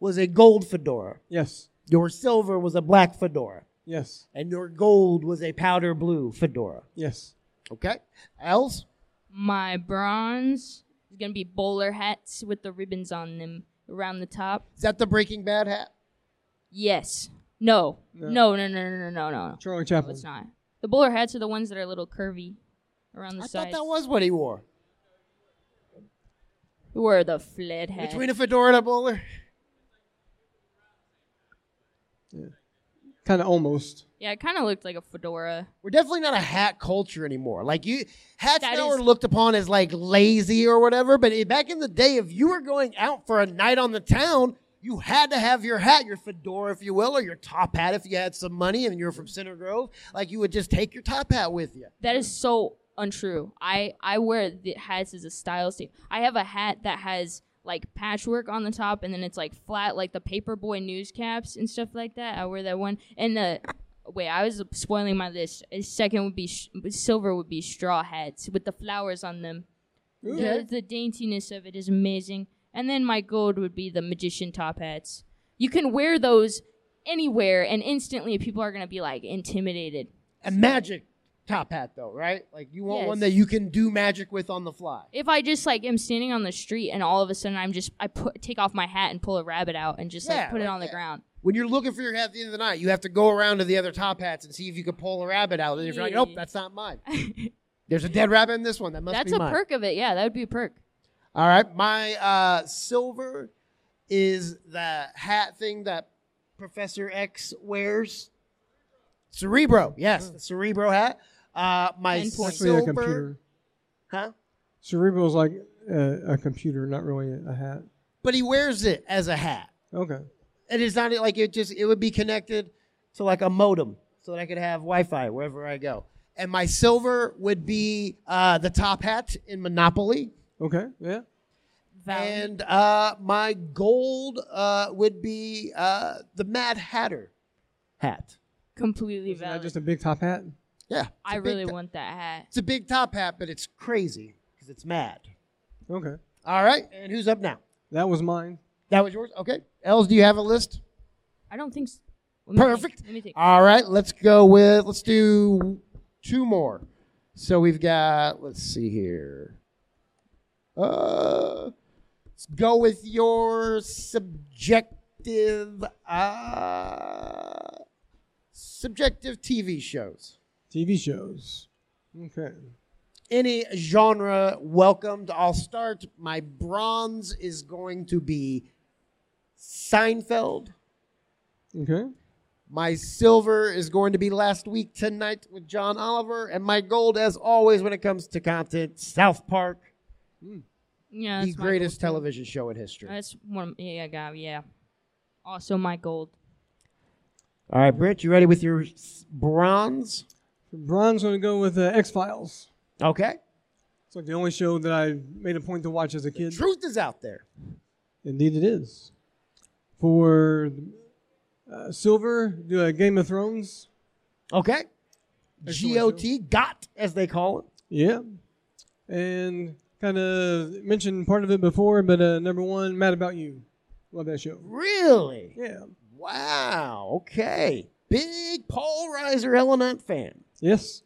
Speaker 5: was a gold fedora.
Speaker 3: Yes.
Speaker 5: Your silver was a black fedora,
Speaker 3: Yes.
Speaker 5: and your gold was a powder blue fedora.
Speaker 3: Yes.
Speaker 5: Okay, L's.
Speaker 4: My bronze is going to be bowler hats with the ribbons on them around the top.
Speaker 5: Is that the Breaking Bad hat?
Speaker 4: Yes. No. No, no, no, no, no, no, no.
Speaker 3: Charlie
Speaker 4: No,
Speaker 3: Chaplin.
Speaker 5: Mm.
Speaker 4: it's not. The bowler hats are the ones that are a little curvy around the
Speaker 5: I
Speaker 4: sides.
Speaker 5: thought that was what he wore.
Speaker 4: Who are the flared hats?
Speaker 5: Between a fedora and a bowler.
Speaker 3: Kind of almost.
Speaker 4: yeah, it kind of looked like a fedora.
Speaker 5: We're definitely not a hat culture anymore. Like you, hats
Speaker 4: That
Speaker 5: now
Speaker 4: is-
Speaker 5: are looked upon as like lazy or whatever. But it- back in the day, if you were going out for a night on the town, you had to have your hat, your fedora, if you will, or your top hat if you had some money and you were from Center Grove. Like you would just take your top hat with you.
Speaker 4: That is so untrue. I I wear the hats as a style statement. I have a hat that has like patchwork on the top, and then it's like flat, like the paperboy news caps and stuff like that. I wear that one. And the wait, I was spoiling my list. Uh, Second would be sh- silver would be straw hats with the flowers on them. The, the daintiness of it is amazing. And then my gold would be the magician top hats. You can wear those anywhere, and instantly people are gonna be like intimidated.
Speaker 5: A magic top hat though, right? Like you want one
Speaker 4: Yes.
Speaker 5: that you can do magic with on the fly.
Speaker 4: if I just like am standing on the street and all of a sudden I'm just I put take off my hat and pull a rabbit out and just
Speaker 5: Yeah,
Speaker 4: like put it
Speaker 5: like
Speaker 4: on the
Speaker 5: that.
Speaker 4: ground.
Speaker 5: When you're looking for your hat at the end of the night, you have to go around to the other top hats and see if you can pull a rabbit out. And if you're like, nope, that's not mine. There's a dead rabbit in this one. That must
Speaker 4: That's
Speaker 5: be
Speaker 4: a
Speaker 5: mine.
Speaker 4: perk of it. Yeah, that would be a perk.
Speaker 5: All right, my uh, silver is the hat thing that Professor X wears. Cerebro, yes, the Cerebro hat. Uh, my
Speaker 4: Ten points.
Speaker 3: Actually, a
Speaker 5: silver,
Speaker 3: computer.
Speaker 5: huh?
Speaker 3: Cerebral is like a, a computer, not really a, a hat.
Speaker 5: But he wears it as a hat.
Speaker 3: Okay.
Speaker 5: It is not like it just it would be connected to like a modem so that I could have Wi-Fi wherever I go. And my silver would be uh, the top hat in Monopoly.
Speaker 3: Okay. Yeah.
Speaker 5: And uh, my gold uh, would be uh, the Mad Hatter hat.
Speaker 4: Completely
Speaker 3: Isn't that
Speaker 4: valid.
Speaker 3: just a big top hat?
Speaker 5: Yeah, it's
Speaker 4: I
Speaker 5: a big
Speaker 4: really
Speaker 5: to-
Speaker 4: want that hat.
Speaker 5: It's a big top hat, but it's crazy because it's mad.
Speaker 3: Okay.
Speaker 5: All right. And who's up now?
Speaker 3: That was mine.
Speaker 5: That was yours? Okay. Els, do you have a list?
Speaker 4: I don't think. So. Let me think.
Speaker 5: Perfect.
Speaker 4: Let me think.
Speaker 5: All right, let's go with let's do two more. So we've got let's see here. Uh, let's go with your subjective uh subjective TV shows.
Speaker 3: TV shows. Okay.
Speaker 5: Any genre welcomed. I'll start. My bronze is going to be Seinfeld.
Speaker 3: Okay.
Speaker 5: My silver is going to be last week tonight with John Oliver, and my gold, as always, when it comes to content, South Park,
Speaker 4: Yeah,
Speaker 5: the
Speaker 4: that's my gold,
Speaker 5: greatest
Speaker 4: too.
Speaker 5: television show in history.
Speaker 4: That's one. of- Yeah, I got yeah. Also, my gold.
Speaker 5: All right, Britt, you ready with your s- bronze?
Speaker 3: For bronze, I'm going to go with uh, X Files.
Speaker 5: Okay.
Speaker 3: It's like the only show that I made a point to watch as a kid.
Speaker 5: Truth is out there.
Speaker 3: Indeed, it is. For uh, silver, do uh, Game of Thrones.
Speaker 5: Okay.
Speaker 3: Excellent
Speaker 5: GOT, got as they call it.
Speaker 3: Yeah. And kind of mentioned part of it before, but uh, number one, Mad About You. Love that show.
Speaker 5: Really?
Speaker 3: Yeah.
Speaker 5: Wow. Okay. Big Paul Reiser Element fan.
Speaker 3: Yes.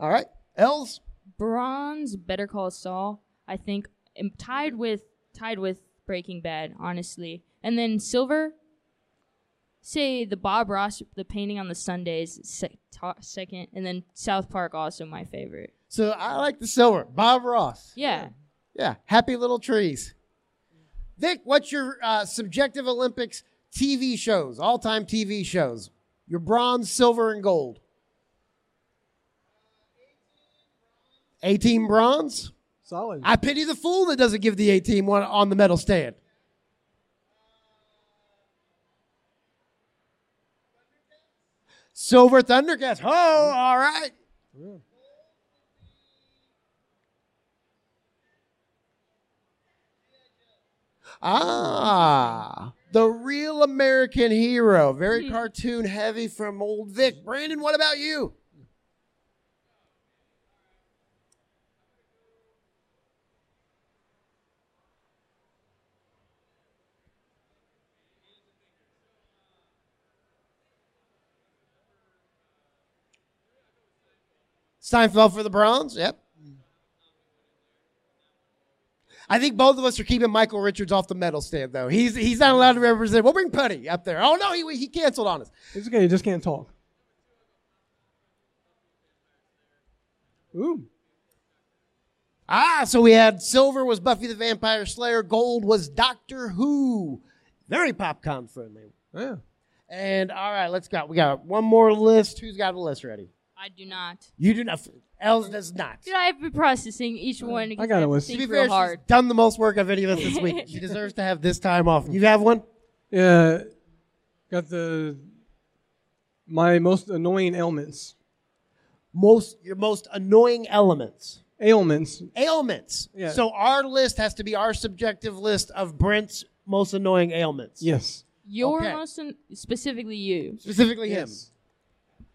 Speaker 5: All right. Els.
Speaker 4: Bronze, Better Call Saul. I think am tied with tied with Breaking Bad, honestly. And then silver. Say the Bob Ross, the painting on the Sundays, sec- ta- second, and then South Park, also my favorite.
Speaker 5: So I like the silver. Bob Ross.
Speaker 4: Yeah,
Speaker 5: Yeah, happy little trees. Vic, what's your uh, subjective Olympics TV shows, all time TV shows? Your bronze, silver, and gold. 18 bronze?
Speaker 3: Solid.
Speaker 5: I pity the fool that doesn't give the 18 one on the medal stand. Silver Thundercats. Oh, all right. Ah, the real American hero. Very cartoon heavy from old Vic. Brandon, what about you? Seinfeld for the bronze. Yep. I think both of us are keeping Michael Richards off the medal stand, though. He's he's not allowed to represent. We'll bring Putty up there. Oh no, he he canceled on us.
Speaker 3: It's okay. You just can't talk. Ooh.
Speaker 5: Ah, so we had silver was Buffy the Vampire Slayer, gold was Doctor Who, very popcorn friendly.
Speaker 3: Yeah.
Speaker 5: And all right, let's go. We got one more list. Who's got a list ready?
Speaker 4: I do not.
Speaker 5: You do not. Els does not.
Speaker 4: Dude, I have been processing
Speaker 5: Uh,
Speaker 4: each one. because
Speaker 3: got
Speaker 4: have
Speaker 3: a
Speaker 4: to
Speaker 3: list.
Speaker 4: think
Speaker 5: To be
Speaker 4: real
Speaker 5: fair, she's
Speaker 4: hard.
Speaker 5: done the most work of any of us this week. She deserves to have this time off. You have one?
Speaker 3: Yeah. Got the my most annoying ailments.
Speaker 5: most your most annoying elements
Speaker 3: Ailments.
Speaker 5: ailments
Speaker 3: Yeah.
Speaker 5: so our list has to be our subjective list of brent's most annoying ailments
Speaker 3: Yes.
Speaker 4: Your
Speaker 5: Okay.
Speaker 4: most in- specifically you.
Speaker 5: specifically him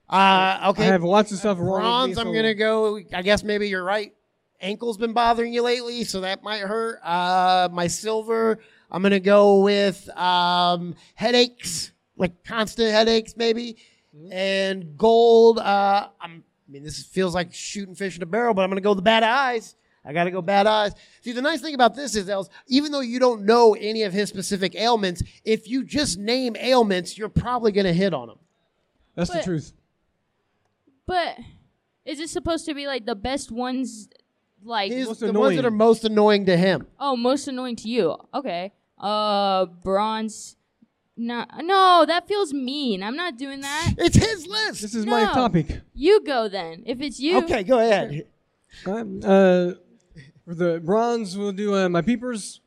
Speaker 5: uh okay
Speaker 3: I have lots of stuff wrong.
Speaker 5: bronze
Speaker 3: with me,
Speaker 5: i'm
Speaker 3: so-
Speaker 5: gonna go i guess maybe you're right ankle's been bothering you lately so that might hurt uh my silver i'm gonna go with um headaches like constant headaches maybe
Speaker 3: Mm-hmm.
Speaker 5: and gold uh i'm i mean this feels like shooting fish in a barrel but i'm gonna go with the bad eyes I gotta go bad eyes. See, the nice thing about this is, Els, even though you don't know any of his specific ailments, if you just name ailments, you're probably gonna hit on them.
Speaker 3: That's the
Speaker 4: But-
Speaker 3: truth.
Speaker 4: But is it supposed to be like the best ones, like
Speaker 5: His,
Speaker 3: Most
Speaker 5: the ones
Speaker 3: annoying.
Speaker 5: that are most annoying to him.
Speaker 4: Oh, most annoying to you. Okay. Uh, bronze. No, no, that feels mean. I'm not doing that.
Speaker 5: It's his list.
Speaker 3: This is my
Speaker 4: No.
Speaker 3: topic.
Speaker 4: You go then. If it's you.
Speaker 5: Okay, go ahead.
Speaker 3: Um, Uh, for the bronze, we'll do uh, my peepers.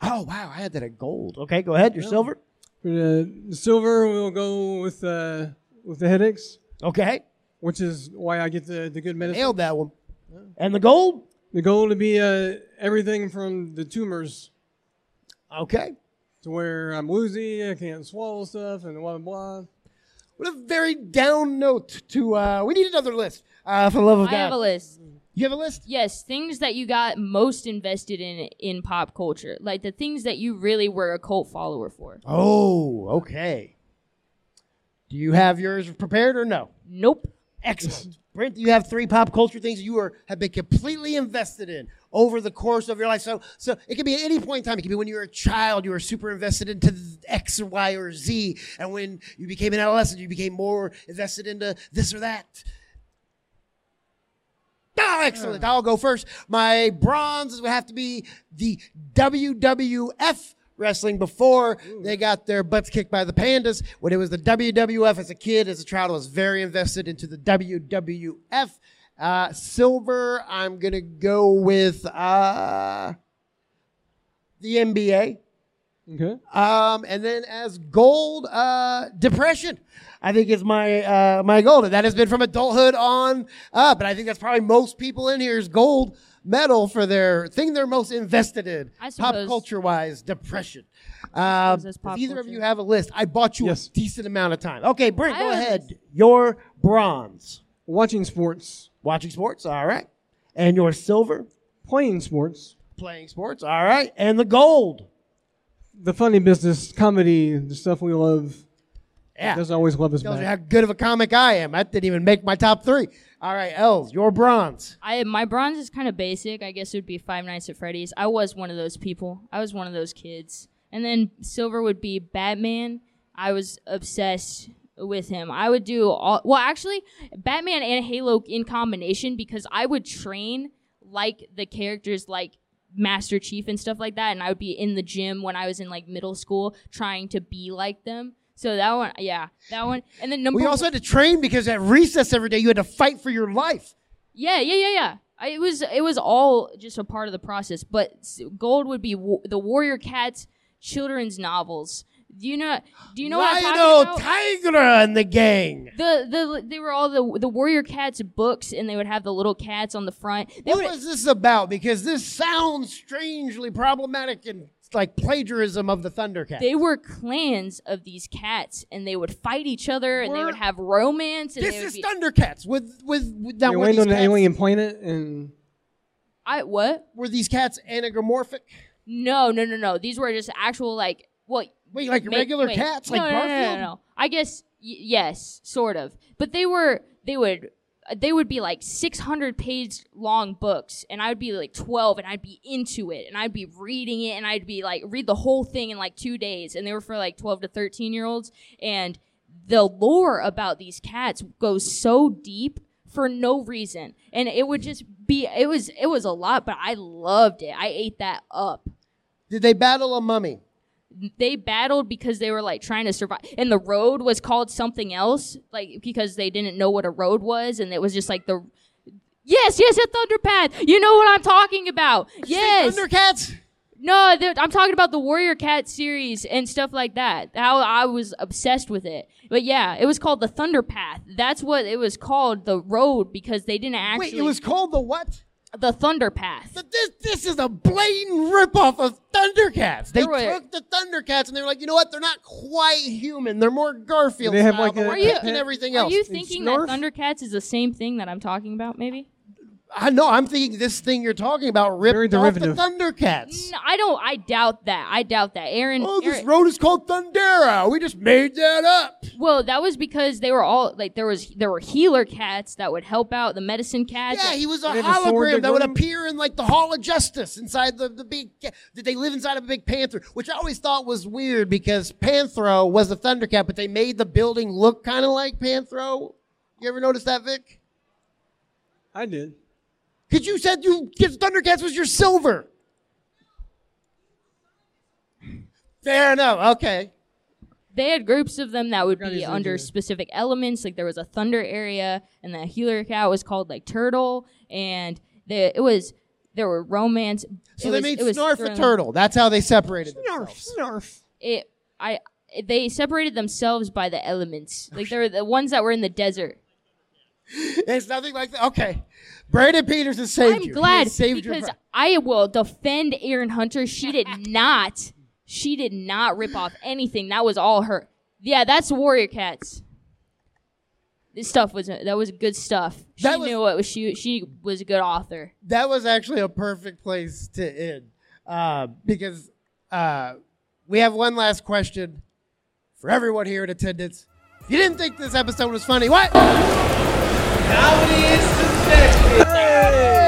Speaker 5: Oh wow, I had that at gold. Okay, go ahead. Your silver.
Speaker 3: For the the silver, we'll go with uh, with the headaches,
Speaker 5: Okay,
Speaker 3: which is why I get the, the good medicine.
Speaker 5: nailed that one. And the gold.
Speaker 3: The goal to be uh, everything from the tumors
Speaker 5: Okay.
Speaker 3: to where I'm woozy, I can't swallow stuff, and blah blah blah.
Speaker 5: What a very down note to. uh We need another list. Uh, for the love of
Speaker 4: I
Speaker 5: God.
Speaker 4: have a list.
Speaker 5: You have a list?
Speaker 4: Yes, things that you got most invested in in pop culture, like the things that you really were a cult follower for.
Speaker 5: Oh, okay. Do you have yours prepared or no?
Speaker 4: Nope.
Speaker 5: Excellent. Brent, you have three pop culture things you are, have been completely invested in over the course of your life. So, so it could be at any point in time. It could be when you were a child, you were super invested into X, Y, or Z. And when you became an adolescent, you became more invested into this or that. Oh, excellent. I'll go first. My bronze would have to be the WWF wrestling before they got their butts kicked by the pandas. When it was the WWF as a kid, as a child, I was very invested into the WWF. Uh, silver, I'm going to go with uh, the NBA.
Speaker 3: Okay.
Speaker 5: Um, and then as gold, uh, depression, I think is my, uh, my gold. And that has been from adulthood on up. And I think that's probably most people in here's gold medal for their thing they're most invested in.
Speaker 4: I
Speaker 5: Pop
Speaker 4: suppose.
Speaker 5: culture wise, depression. Um,
Speaker 4: suppose that's
Speaker 5: if
Speaker 4: pop
Speaker 5: either of
Speaker 4: culture.
Speaker 5: you have a list, I bought you
Speaker 3: Yes.
Speaker 5: a decent amount of time. Okay, Brent,
Speaker 4: I
Speaker 5: go
Speaker 4: have a
Speaker 5: ahead. Your bronze.
Speaker 3: Watching sports,
Speaker 5: Watching sports, all right. And your silver.
Speaker 3: playing sports,
Speaker 5: Playing sports, all right. And the gold.
Speaker 3: the funny business, comedy, the stuff we love.
Speaker 5: Yeah.
Speaker 3: Doesn't always love us
Speaker 5: tells you
Speaker 3: back.
Speaker 5: how good of a comic I am. I didn't even make my top three. All right, Els, your bronze.
Speaker 4: I my bronze is kind of basic. I guess it would be Five Nights at Freddy's. I was one of those people. I was one of those kids. And then silver would be Batman. I was obsessed with him. I would do all well actually Batman and Halo in combination because I would train like the characters like Master Chief and stuff like that and I would be in the gym when I was in like middle school trying to be like them. So that one yeah, that one. And then number
Speaker 5: We also had to train because at recess every day you had to fight for your life.
Speaker 4: Yeah, yeah, yeah, yeah. I, it was it was all just a part of the process. But s- gold would be w- the Warrior Cats children's novels. Do you know? Do you know what I'm talking
Speaker 5: Rhino
Speaker 4: about?
Speaker 5: Tigra and the gang.
Speaker 4: the the they were all the the Warrior Cats books, and they would have the little cats on the front. They
Speaker 5: What
Speaker 4: would,
Speaker 5: was this about? Because this sounds strangely problematic and like plagiarism of the Thundercat.
Speaker 4: they were clans of these cats, and they would fight each other, and they
Speaker 5: Were-
Speaker 4: would have romance. And
Speaker 5: this
Speaker 4: they would
Speaker 5: is
Speaker 4: be,
Speaker 5: Thundercats with with, with now
Speaker 3: They
Speaker 5: were
Speaker 3: land
Speaker 5: these,
Speaker 3: on an
Speaker 5: cats,
Speaker 3: alien planet and
Speaker 4: I what?
Speaker 5: were these cats anagramorphic?
Speaker 4: No, no, no, no. These were just actual like what
Speaker 5: Wait, like
Speaker 4: Ma-
Speaker 5: regular
Speaker 4: wait.
Speaker 5: cats,
Speaker 4: No,
Speaker 5: like
Speaker 4: no, no,
Speaker 5: Garfield?
Speaker 4: No, no, no. I guess y- yes, sort of. But they were they would they would be like 600 page long books and I would be like 12 and I'd be into it and I'd be reading it and I'd be like read the whole thing in like 2 days and they were for like 12 to 13 year olds and the lore about these cats goes so deep for no reason and it would just be it was it was a lot but I loved it. I ate that up
Speaker 5: Did they battle a mummy?
Speaker 4: they battled because they were like trying to survive and the road was called something else like because they didn't know what a road was and it was just like the yes yes a thunderpath you know what i'm talking about yes
Speaker 5: Thundercats.
Speaker 4: no the- i'm talking about the warrior cat series and stuff like that how i was obsessed with it but yeah it was called the thunderpath that's what it was called the road because they didn't actually
Speaker 5: Wait, it was called the what?
Speaker 4: the thunderpath
Speaker 5: But this this is a blatant ripoff of Thundercats. They
Speaker 4: There were-
Speaker 5: took the Thundercats and they were like, you know what? They're not quite human. They're more Garfield
Speaker 3: They have
Speaker 5: style,
Speaker 3: like
Speaker 5: but
Speaker 3: a-
Speaker 5: we're
Speaker 4: Are you-
Speaker 5: picking everything
Speaker 4: are
Speaker 5: else.
Speaker 4: you thinking that
Speaker 3: Snarf?
Speaker 4: thundercats is the same thing that i'm talking about maybe
Speaker 5: I know. I'm thinking this thing you're talking about ripped
Speaker 3: Very
Speaker 5: off the
Speaker 3: derivative.
Speaker 5: Thundercats.
Speaker 4: No, I don't. I doubt that. I doubt that. Aaron.
Speaker 5: Oh, this
Speaker 4: Aaron-
Speaker 5: road is called Thundera. We just made that up.
Speaker 4: well, that was because they were all like there was there were healer cats that would help out the medicine cats.
Speaker 5: Yeah, he was a
Speaker 3: They have a sword
Speaker 5: hologram
Speaker 3: that
Speaker 5: that would
Speaker 3: grew?
Speaker 5: appear in like the Hall of Justice inside the, the big. Did they live inside of a big panther? Which I always thought was weird because Panthro was a Thundercat, but they made the building look kind of like Panthro. You ever notice that, Vic?
Speaker 3: I did.
Speaker 5: Because you said you Thundercats was your silver. Fair enough. Okay.
Speaker 4: they had groups of them that would
Speaker 3: Guys,
Speaker 4: be
Speaker 3: they
Speaker 4: under
Speaker 3: do.
Speaker 4: specific elements. Like there was a thunder area, and the healer cat was called like turtle, and the it was there were romance.
Speaker 5: So
Speaker 4: it
Speaker 5: they
Speaker 4: was-
Speaker 5: made
Speaker 4: it was
Speaker 5: Snarf a
Speaker 4: thrilling.
Speaker 5: turtle. That's how they separated.
Speaker 3: Snarf,
Speaker 5: themselves.
Speaker 3: snarf.
Speaker 4: It I they separated themselves by the elements. Like there were the ones that were in the desert.
Speaker 5: It's nothing like that. Okay. Brandon Peters has saved
Speaker 4: I'm
Speaker 5: you. He
Speaker 4: glad
Speaker 5: has saved your
Speaker 4: because
Speaker 5: bro-
Speaker 4: I will defend Erin Hunter. She did not. She did not rip off anything. That was all her. Yeah, that's Warrior Cats. This stuff was that was good stuff. She
Speaker 5: That was-
Speaker 4: knew what was she she was a good author.
Speaker 5: that was actually a perfect place to end uh, because uh, we have one last question for everyone here in attendance. If you didn't think this episode was funny, what?
Speaker 6: Comedy is subjective.